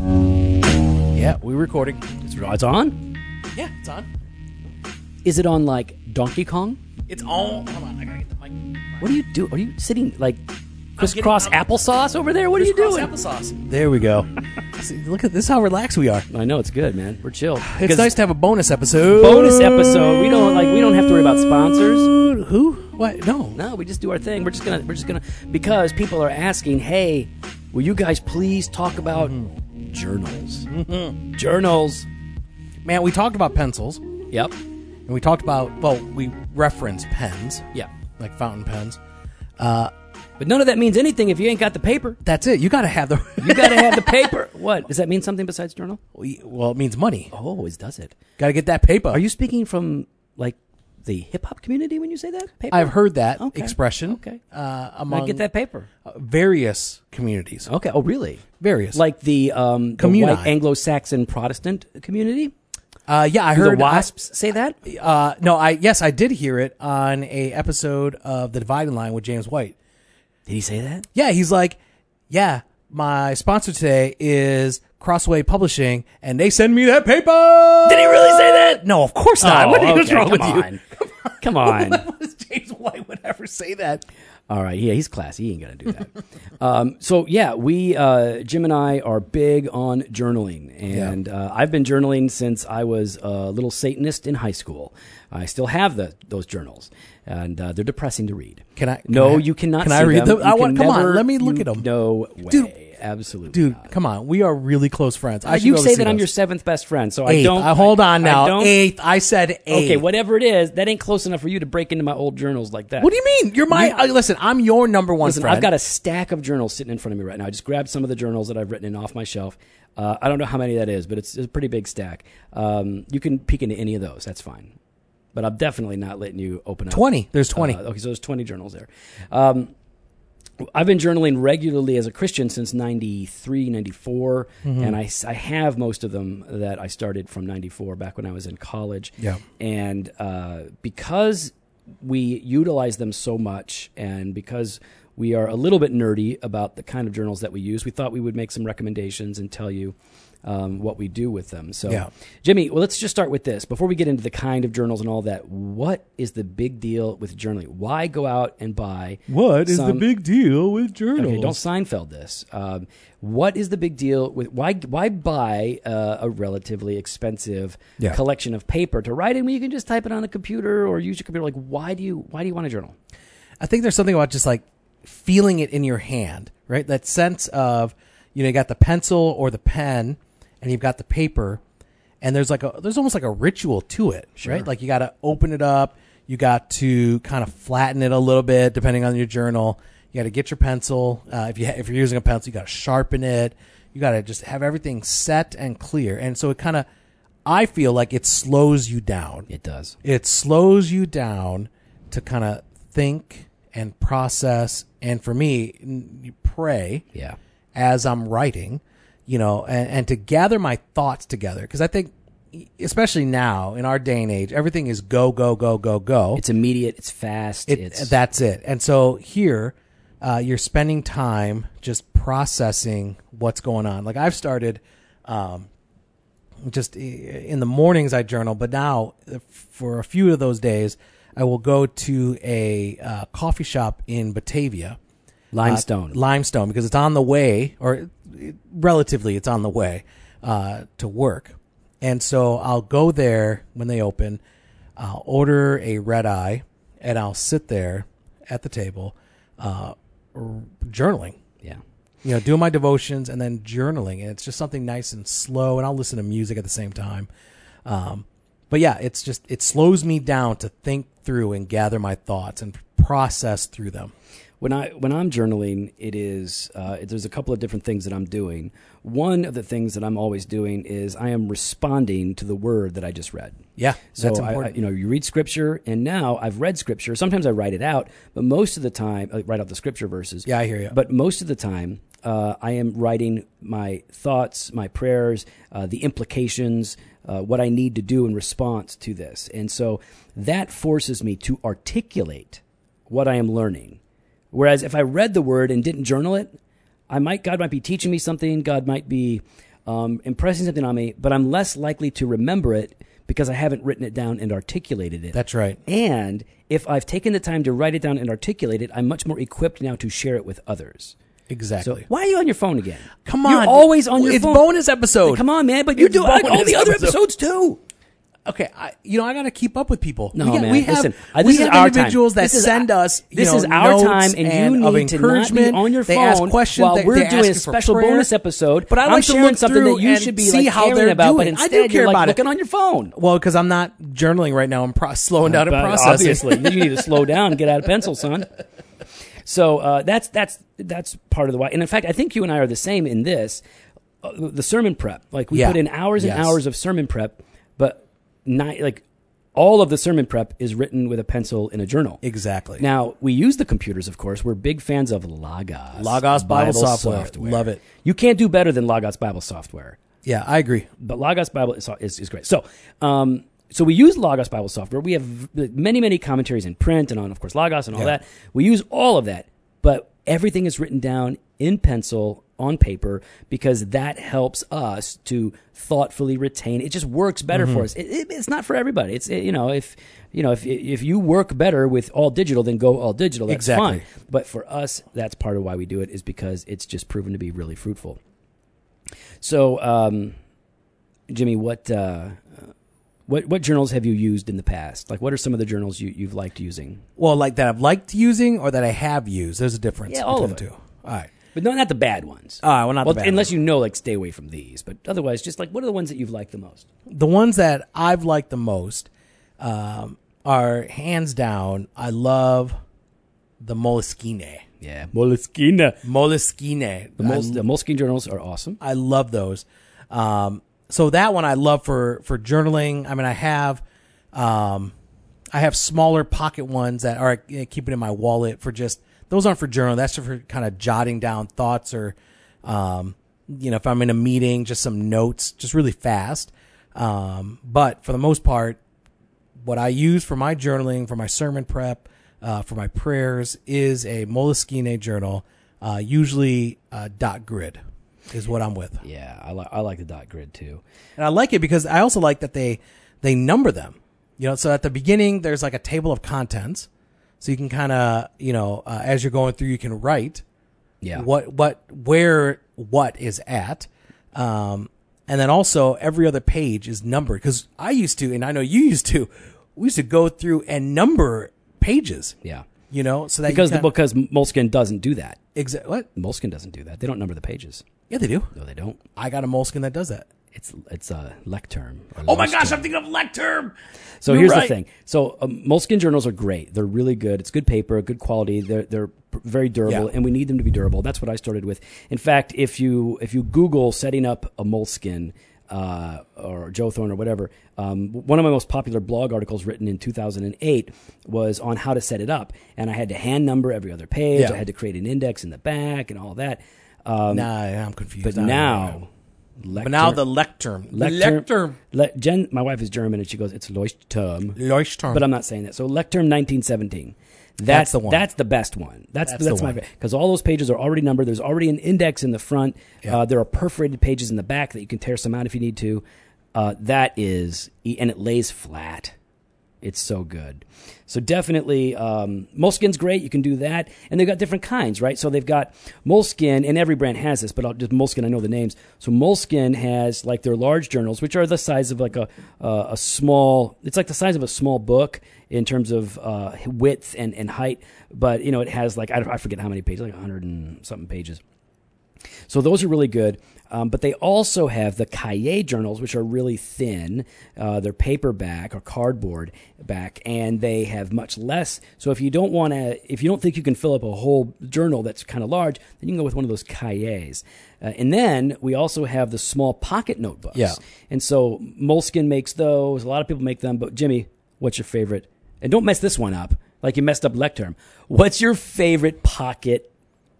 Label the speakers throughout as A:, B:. A: Yeah, we're recording.
B: It's, it's on?
C: Yeah, it's on.
B: Is it on like Donkey Kong?
C: It's on. Hold on, I gotta get the mic.
B: What are you do? Are you sitting like crisscross
C: I'm-
B: applesauce over there? What are you
C: Crisscross
B: doing?
C: Applesauce.
A: There we go. See, look at this how relaxed we are.
B: I know it's good, man. We're chill.
A: It's
B: 'Cause
A: nice to have a bonus episode.
B: bonus episode. We don't like we don't have to worry about sponsors.
A: Who? What? No.
B: No, we just do our thing. We're just gonna we're just gonna because people are asking, hey, will you guys please talk about Mm-hmm. journals? Mm-hmm. Journals.
A: Man, we talked about pencils and
B: Yep.
A: we talked about well, we referenced pens.
B: Yeah.
A: Like fountain pens.
B: But none of that means anything if you ain't got the paper.
A: That's it. You got to have the
B: You gotta have the paper. What? Does that mean something besides journal?
A: Well, it means money.
B: Oh, always does it.
A: Got to get that paper.
B: Are you speaking from like the hip hop community when you say that? Paper?
A: I've heard that
B: Okay.
A: expression
B: Okay.
A: uh
B: I
A: among
B: get that paper.
A: uh, various communities.
B: Okay. Oh, really?
A: Various.
B: Like the um the
A: Communi.
B: white Anglo-Saxon Protestant community?
A: uh yeah, I
B: Do
A: heard
B: the wasps say that?
A: uh, no, I yes, I did hear it on a episode of The Dividing Line with James White.
B: Did he say that?
A: Yeah, he's like, yeah, my sponsor today is Crossway Publishing, and they send me that paper.
B: Did he really say that?
A: No, of course not. what
B: Oh, okay,
A: was wrong
B: come
A: with
B: on.
A: you?
B: Come on.
A: Does James White would ever say that?
B: All right, yeah, he's classy. He ain't gonna do that. um, so yeah, we uh, Jim and I are big on journaling, and uh, I've been journaling since I was a little Satanist in high school. I still have the, those journals, and uh, they're depressing to read.
A: Can I- can
B: no,
A: I-
B: you cannot.
A: can I
B: see
A: read
B: them.
A: them? I
B: You
A: want-
B: can
A: come on,
B: never-
A: let me look
B: you-
A: at 'em.
B: No way,
A: Dude.
B: absolutely,
A: Dude,
B: not.
A: come on, we are really close friends. I
B: Uh,
A: should
B: you
A: go
B: say
A: see
B: that I'm
A: those.
B: your seventh best friend, so I
A: eighth.
B: don't.
A: I- hold on
B: I
A: now,
B: don't-
A: eighth. I said eighth.
B: Okay, whatever it is, that ain't close enough for you to break into my old journals like that.
A: What do you mean? You're my uh, listen. I'm your number one
B: Listen,
A: friend.
B: I've got a stack of journals sitting in front of me right now. I just grabbed some of the journals that I've written in off my shelf. Uh, I don't know how many that is, but it's, it's a pretty big stack. Um, you can peek into any of those. That's fine. But I'm definitely not letting you open up.
A: 20. There's 20.
B: Uh, okay, so there's 20 journals there. Um, I've been journaling regularly as a Christian since 93, 94,
A: Mm-hmm.
B: and I, s- I have most of them that I started from 94 back when I was in college.
A: Yeah.
B: And uh, because we utilize them so much and because we are a little bit nerdy about the kind of journals that we use, we thought we would make some recommendations and tell you um, what we do with them. So,
A: Yeah.
B: Jimmy, well, let's just start with this. Before we get into the kind of journals and all that, what is the big deal with journaling? Why go out and buy?
A: What is the
B: some-
A: big deal with journals?
B: Okay, don't Seinfeld this. Um, what is the big deal with why why buy uh, a relatively expensive
A: Yeah.
B: collection of paper to write in when you can just type it on the computer or use your computer? Like, why do you why do you want a journal?
A: I think there's something about just like feeling it in your hand, right? That sense of you know you got the pencil or the pen, and you've got the paper, and there's like a there's almost like a ritual to it, right? Like you got to open it up, you got to kind of flatten it a little bit depending on your journal. You got to get your pencil uh, if you ha- if you're using a pencil, you got to sharpen it. You got to just have everything set and clear, and so it kind of I feel like it slows you down
B: It does.
A: it slows you down to kind of think and process and for me n- you pray
B: Yeah.
A: as i'm writing you know and, and to gather my thoughts together because i think e, especially now in our day and age everything is go go go go go
B: It's immediate. It's fast.
A: it,
B: it's
A: that's it and so here uh, you're spending time just processing what's going on like i've started um, just i- in the mornings I journal, but now uh, for a few of those days, I will go to a uh, coffee shop in Batavia,
B: limestone.
A: uh, limestone, because it's on the way, or it- relatively, it's on the way uh, to work, and so I'll go there when they open. I'll order a red eye, and I'll sit there at the table, uh, r- journaling
B: yeah.
A: you know, doing my devotions and then journaling, and it's just something nice and slow. And I'll listen to music at the same time. Um, but yeah, it's just it slows me down to think through and gather my thoughts and process through them.
B: When I when I'm journaling, it is uh, there's a couple of different things that I'm doing. One of the things that I'm always doing is I am responding to the word that I just read.
A: Yeah,
B: So
A: that's
B: I- I-
A: important.
B: you know, you read scripture, and now I've read scripture. Sometimes I write it uh, out, but most of the time, I write out the scripture verses.
A: Yeah, I hear you.
B: But most of the time, uh, I am writing my thoughts, my prayers, uh, the implications, uh, what I need to do in response to this. And so that forces me to articulate what I am learning. Whereas if I read the word and didn't journal it, I might God might be teaching me something, God might be um, impressing something on me, but I'm less likely to remember it because I haven't written it down and articulated it.
A: That's right.
B: And if I've taken the time to write it down and articulate it, I'm much more equipped now to share it with others. So
A: Exactly.
B: why are you on your phone again?
A: Come
B: You're
A: on,
B: always on your
A: it's
B: phone.
A: bonus episode.
B: Come on, man! But you
A: It's
B: do it on all
A: bonus
B: the other
A: episode.
B: episodes too.
A: okay, I, you know I got to keep up with people.
B: No,
A: we, got-
B: man.
A: we have,
B: Listen, I-
A: we
B: this is
A: have
B: our
A: individuals
B: time.
A: that
B: This is-
A: send us. you
B: This
A: know,
B: is our
A: notes
B: time, and, you
A: of
B: need to not be
A: encouragement.
B: on your
A: they
B: phone
A: ask questions
B: while
A: they-
B: we're
A: they ask
B: doing a
A: you for
B: special
A: prayer.
B: bonus episode.
A: But I
B: I'm
A: like to
B: doing
A: look
B: something
A: through
B: that you
A: and
B: should be
A: see
B: like
A: how
B: caring
A: they're
B: about, but
A: doing. I
B: instead
A: do care
B: you're like
A: about it.
B: looking on your phone.
A: Well, because I'm not journaling right now. I'm pro- slowing down and
B: Uh, But
A: processing.
B: Obviously, you need to slow down, and get out of pencil, son. So uh, that's that's that's part of the why. And in fact, I think you and I are the same in this. Uh, the sermon prep, like we
A: Yeah.
B: put in hours and
A: Yes.
B: hours of sermon prep, but not like all of the sermon prep is written with a pencil in a journal.
A: Exactly.
B: Now we use the computers, of course. We're big fans of Logos.
A: Logos Bible software. Love it.
B: You can't do better than Logos Bible software
A: yeah, I agree.
B: but Logos Bible is, is, is great. So, um, so we use Logos Bible software. We have v- many, many commentaries in print and on, of course, Logos and all
A: Yeah.
B: that. We use all of that, but everything is written down in pencil on paper because that helps us to thoughtfully retain. It just works better
A: Mm-hmm.
B: for us. It, it, it's not for everybody. It's it, you know if you know if if you work better with all digital, then go all digital. That's
A: Exactly.
B: fine. But for us, that's part of why we do it is because it's just proven to be really fruitful. So, um, Jimmy, what uh, what what journals have you used in the past? Like, what are some of the journals you you've liked using?
A: Well, like that I've liked using or that I have used. There's a difference.
B: Yeah, all of
A: between
B: it.
A: the two. All right.
B: But no, Uh, not the bad ones.
A: All right, well, not the bad
B: unless you know, like, stay away from these. But otherwise, just like, what are the ones that you've liked the most?
A: the ones that I've liked the most um, are hands down. I love the Moleskine.
B: Yeah, Moleskine.
A: Moleskine.
B: The, Mol- the Moleskine journals are awesome.
A: I love those. Um, so that one I love for for journaling. I mean, I have, um, I have smaller pocket ones that are I keep it in my wallet for just those aren't for journaling. That's for kind of jotting down thoughts or, um, you know, if I'm in a meeting, just some notes, just really fast. Um, but for the most part, what I use for my journaling, for my sermon prep, uh, for my prayers is a Moleskine journal, uh, usually uh, dot grid is what I'm with.
B: Yeah, I like I like the dot grid too.
A: And I like it because I also like that they they number them. You know, so at the beginning there's like a table of contents, so you can kind of you know uh, as you're going through you can write
B: Yeah,
A: what what where what is at, um, and then also every other page is numbered because I used to and I know you used to, we used to go through and number pages.
B: Yeah,
A: You know, so that you
B: because the
A: kinda-
B: because Moleskine doesn't do that.
A: exa- what
B: Moleskine doesn't do that. They don't number the pages.
A: yeah they do.
B: No, they don't.
A: I got a moleskin that does that.
B: It's it's a lectern. or
C: Oh my
B: Lostern.
C: gosh, I'm thinking of lectern.
B: So
C: You're
B: here's
C: right.
B: the thing. So um, moleskin journals are great. They're really good. It's good paper, good quality. They're they're pr- very durable,
A: Yeah.
B: and we need them to be durable. That's what I started with. In fact, if you if you Google setting up a moleskin. Uh, or Joe Thorne, or whatever. Um, one of my most popular blog articles written in 2008 was on how to set it up, and I had to hand number every other page.
A: Yeah.
B: I had to create an index in the back and all that. Um,
A: Nah, I'm confused.
B: but
A: I don't know.
B: now,
A: but now the lectern,
B: lectern. Le- Jen, my wife is German, and she goes, "It's Leuchtturm."
A: Leuchtturm.
B: but uh, I'm not saying that. So Lectern 1917. That's,
A: the one.
B: That's the best one. That's
A: That's
B: that's,
A: the
B: my
A: one.
B: favorite because all those pages are already numbered. There's already an index in the front.
A: Yeah.
B: Uh, there are perforated pages in the back that you can tear some out if you need to. Uh, that is, e- and it lays flat. It's so good. So definitely, um, moleskin's great. You can do that, and they've got different kinds, right? So they've got moleskin, and every brand has this, but I'll, just moleskin. I know the names. So moleskin has like their large journals, which are the size of like a uh, a small. It's like the size of a small book in terms of uh, width and, and height, but you know it has like I, don't- I forget how many pages, like hundred and something pages. So those are really good. Um, but they also have the Cahiers journals, which are really thin. Uh, they're paperback or cardboard back, and they have much less. So if you don't want to, if you don't think you can fill up a whole journal that's kind of large, then you can go with one of those Cahiers. Uh, and then we also have the small pocket notebooks.
A: Yeah.
B: And so Moleskin makes those. A lot of people make them. But Jimmy, what's your favorite? And don't mess this one up, like you messed up Lecterm. What's your favorite pocket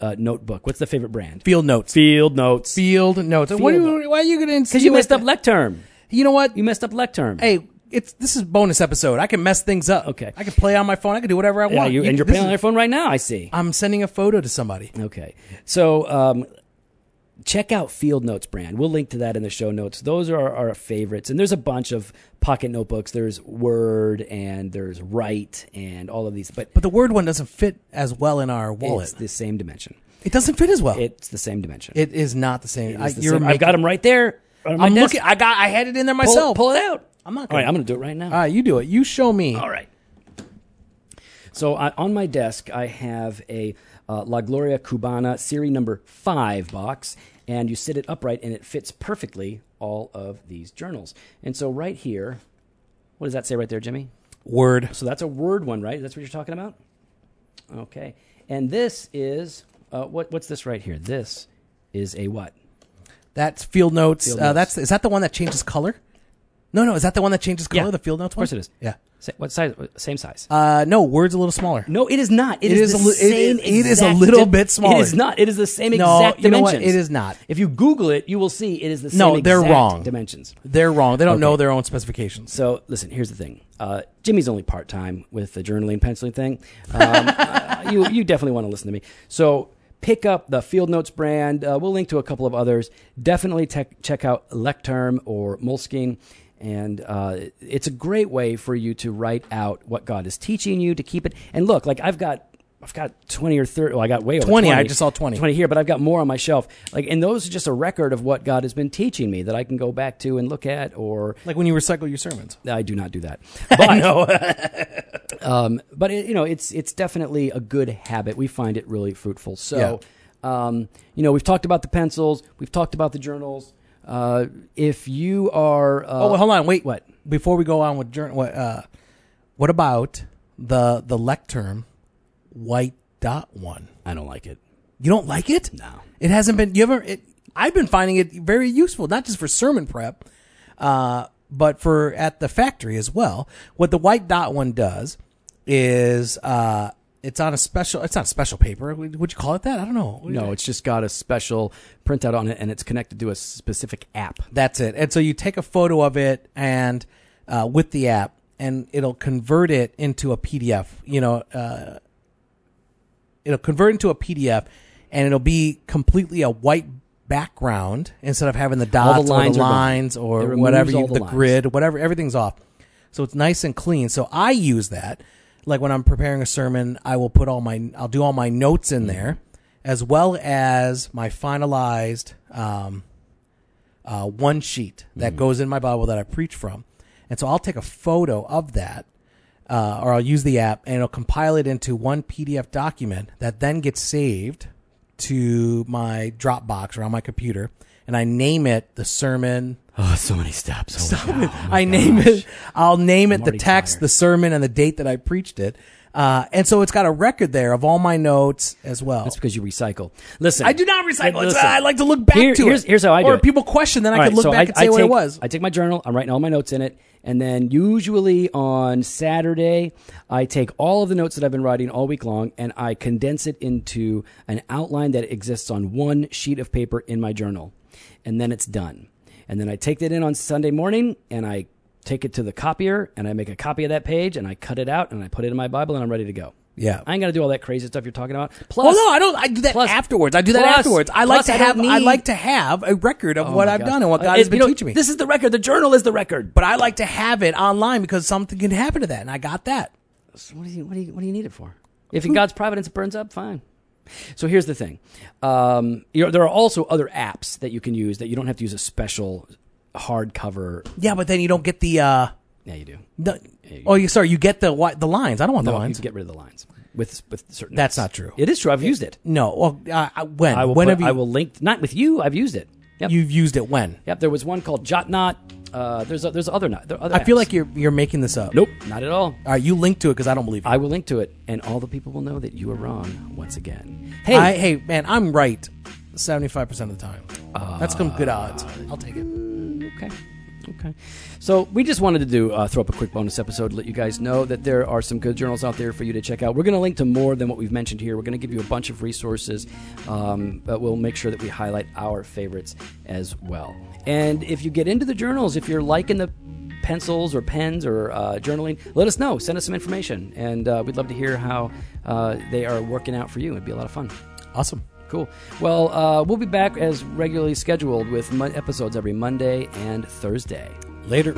B: uh, notebook. What's the favorite brand?
A: Field notes.
B: Field notes.
A: Field notes. What do you, why are you going to
B: Because you messed up lectern.
A: You know what?
B: You messed up lectern.
A: hey, it's this is bonus episode. I can mess things up.
B: Okay.
A: I can play on my phone. I can do whatever I
B: yeah,
A: want.
B: you,
A: You-
B: and you're
A: this
B: playing on
A: is-
B: your phone right now. I see.
A: I'm sending a photo to somebody.
B: Okay. So um, check out Field Notes brand. We'll link to that in the show notes. Those are our, our favorites. And there's a bunch of pocket notebooks. There's Word and there's Write and all of these, but
A: But the word one doesn't fit as well in our wallet.
B: it's the same dimension.
A: it doesn't fit as well.
B: It's the same dimension.
A: it is not the same.
B: It's the
A: you're
B: same- I've
A: making-
B: got them right there. on my
A: I'm
B: desk.
A: looking. I got. I had it in there
B: Pull-
A: myself.
B: Pull, it out.
A: I'm not
B: All right,
A: gonna-
B: I'm going to do it right now.
A: All right, you do it. You show me.
B: All right. So I, on my desk, I have a uh, La Gloria Cubana Siri number five box, and you sit it upright, and it fits perfectly all of these journals. And so right here, what does that say right there, Jimmy?
A: Word.
B: So that's a word one, right? That's what you're talking about. Okay. And this is uh, what? What's this right here? This is a what?
A: That's field notes.
B: Field
A: uh,
B: notes.
A: That's is that the one that changes color? No, no. Is that the one that changes color?
B: Yeah.
A: The field notes
B: Of course
A: one?
B: it is.
A: Yeah.
B: Sa- What size? Same size.
A: Uh, no, words a little smaller.
B: No, it is not.
A: It
B: is,
A: is
B: the
A: a li- it
B: same.
A: is- it is a
B: exact
A: little
B: di-
A: bit smaller.
B: It is not. It is the same
A: No,
B: exact
A: you know what?
B: dimensions.
A: It is not.
B: If you Google it, you will see it is the same.
A: No, they're
B: exact
A: wrong.
B: Dimensions.
A: They're wrong. They don't know their own specifications.
B: So listen, here's the thing. Uh, Jimmy's only part time with the journaling penciling thing. Um, uh, you you definitely want to listen to me. So pick up the Field Notes brand. Uh, we'll link to a couple of others. Definitely tech check out Lecterm or Moleskine. And uh, it's a great way for you to write out what God is teaching you to keep it. And look, like I've got, I've got twenty or thirty. Well, I got way over
A: 20, I just saw 20.
B: 20 here, but I've got more on my shelf. Like, and those are just a record of what God has been teaching me that I can go back to and look at, or
A: Like when you recycle your sermons.
B: I do not do that. But, no. um, but it, you know, it's it's definitely a good habit. We find it really fruitful. So, um, you know, we've talked about the pencils. We've talked about the journals. Uh, if you are, uh,
A: Oh, well, hold on. Wait.
B: What?
A: Before we go on with journal, what, uh, what about the the lectern white dot one?
B: I don't like it.
A: You don't like it?
B: No.
A: It hasn't been. You ever? It, I've been finding it very useful, not just for sermon prep, uh, but for at the factory as well. What the white dot one does is uh, it's on a special. It's not special paper. Would would you call it that? I don't know.
B: No, it's just got a special printout on it, and it's connected to a specific app.
A: That's it. And so you take a photo of it and uh, with the app, and it'll convert it into a PDF. You know, uh, it'll convert into a PDF, and it'll be completely a white background instead of having the dots
B: lines are
A: or the
B: gone.
A: lines
B: It
A: or
B: removes
A: whatever, you,
B: all the
A: the
B: lines.
A: grid, whatever, everything's off. So it's nice and clean. So I use that. Like when I'm preparing a sermon, I will put all my, I'll do all my notes in there, as well as my finalized um, uh, one sheet that
B: Mm.
A: goes in my Bible that I preach from. And so I'll take a photo of that, uh, or I'll use the app and it'll compile it into one PDF document that then gets saved to my Dropbox or on my computer. And I name it the sermon.
B: Oh, so many steps. Stop it.
A: I name it. I'll name it the
B: already
A: text,
B: tired.
A: the sermon, and the date that I preached it. Uh, and so it's got a record there of all my notes as well.
B: That's because you recycle. Listen,
A: I do not recycle. It's-
B: Listen.
A: I like to look back
B: Here-
A: to
B: here's-
A: it.
B: Here's how I do
A: or
B: it.
A: if people question, then I
B: All
A: can
B: right,
A: look
B: so
A: back and say
B: take,
A: what it was.
B: I take my journal, I'm writing all my notes in it, and then usually on Saturday, I take all of the notes that I've been writing all week long and I condense it into an outline that exists on one sheet of paper in my journal. And then it's done. And then I take that in on Sunday morning and I take it to the copier and I make a copy of that page and I cut it out and I put it in my Bible and I'm ready to go.
A: Yeah.
B: I ain't got to do all that crazy stuff you're talking about.
A: Oh
B: Plus,
A: no, I don't. I do that
B: plus-
A: afterwards. I do that
B: plus-
A: afterwards. I
B: plus
A: like to
B: I don't
A: have. I
B: need-
A: like to have a record of what
B: my
A: I've
B: gosh.
A: done and what
B: Uh,
A: God
B: it-
A: has been
B: you know,
A: teaching me.
B: This is the record. The journal is the record.
A: but I like to have it online because something can happen to that, and I got that.
B: So what do you what do you what do you need it for? If in
A: Hmm.
B: God's providence it burns up, fine. So here's the thing: um, you know, there are also other apps that you can use that you don't have to use a special hardcover.
A: Yeah, but then you don't get the. uh
B: Yeah, you do.
A: the, Oh, you sorry. You get the wi- the lines. I don't want the
B: No, you
A: lines.
B: can get rid of the lines with with certain.
A: That's
B: apps.
A: not true.
B: It is true. I've used it.
A: no. Well, uh, I- when?
B: I will.
A: when
B: put-
A: have you?
B: I will link not with you. I've used it. Yep.
A: You've used it when?
B: yep. There was one called JotNot. Uh, there's a, there's other not. There are other
A: I feel
B: apps.
A: like you're you're making this up.
B: nope, not at all.
A: All right, you link to it because I don't believe you.
B: I will link to it, and all the people will know that you are wrong once again. Hey,
A: I, hey, man, I'm right. Seventy five percent of the time. That's some good odds. I'll take it.
B: Mm, okay. Okay. So we just wanted to do uh, throw up a quick bonus episode to let you guys know that there are some good journals out there for you to check out. We're going to link to more than what we've mentioned here. We're going to give you a bunch of resources, um, but we'll make sure that we highlight our favorites as well. And if you get into the journals, if you're liking the pencils or pens or uh, journaling, let us know. Send us some information, and uh, we'd love to hear how uh, they are working out for you. It'd be a lot of fun.
A: Awesome.
B: Cool. Well, uh, we'll be back as regularly scheduled with mon- episodes every Monday and Thursday.
A: Later.